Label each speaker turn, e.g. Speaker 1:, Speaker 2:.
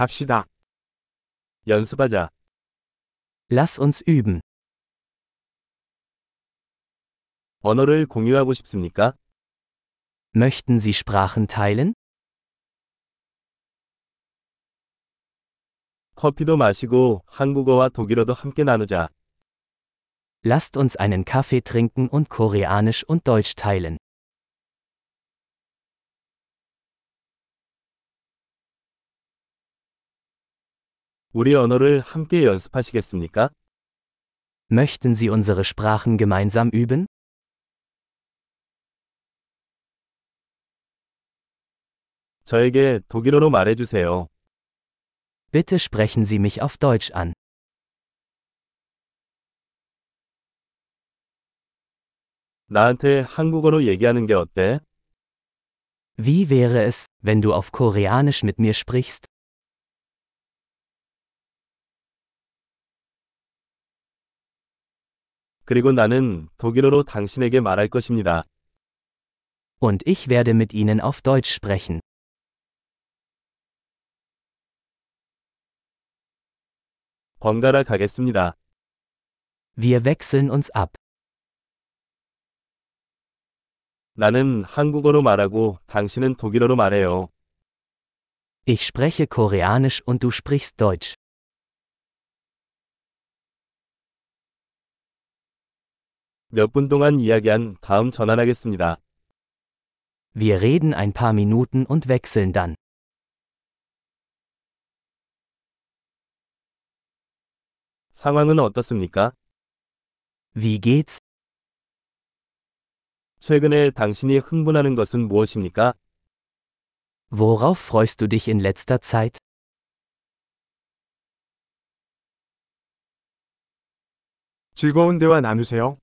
Speaker 1: 갑시다. 연습하자.
Speaker 2: Lass uns üben.
Speaker 1: 언어를 공유하고 싶습니까?
Speaker 2: Möchten Sie Sprachen teilen?
Speaker 1: 커피도 마시고 한국어와 독일어도 함께 나누자.
Speaker 2: Lasst uns einen Kaffee trinken und Koreanisch und Deutsch teilen.
Speaker 1: 우리 언어를 함께 연습하시겠습니까?
Speaker 2: Möchten Sie unsere Sprachen gemeinsam üben?
Speaker 1: 저에게 독일어로 말해주세요.
Speaker 2: Bitte sprechen Sie mich auf Deutsch an.
Speaker 1: 나한테 한국어로 얘기하는 게 어때?
Speaker 2: Wie wäre es, wenn du auf Koreanisch mit mir sprichst?
Speaker 1: 그리고 나는 독일어로 당신에게 말할 것입니다.
Speaker 2: Und ich werde mit Ihnen auf Deutsch sprechen.
Speaker 1: 번갈아 가겠습니다.
Speaker 2: Wir wechseln uns ab.
Speaker 1: 나는 한국어로 말하고 당신은 독일어로 말해요.
Speaker 2: Ich spreche Koreanisch und du sprichst Deutsch.
Speaker 1: 몇 분 동안 이야기한 다음 전환하겠습니다.
Speaker 2: Wir reden ein paar Minuten und wechseln dann.
Speaker 1: 상황은 어떻습니까?
Speaker 2: Wie geht's?
Speaker 1: 최근에 당신이 흥분하는 것은 무엇입니까?
Speaker 2: Worauf freust du dich in letzter Zeit?
Speaker 3: 즐거운 대화 나누세요.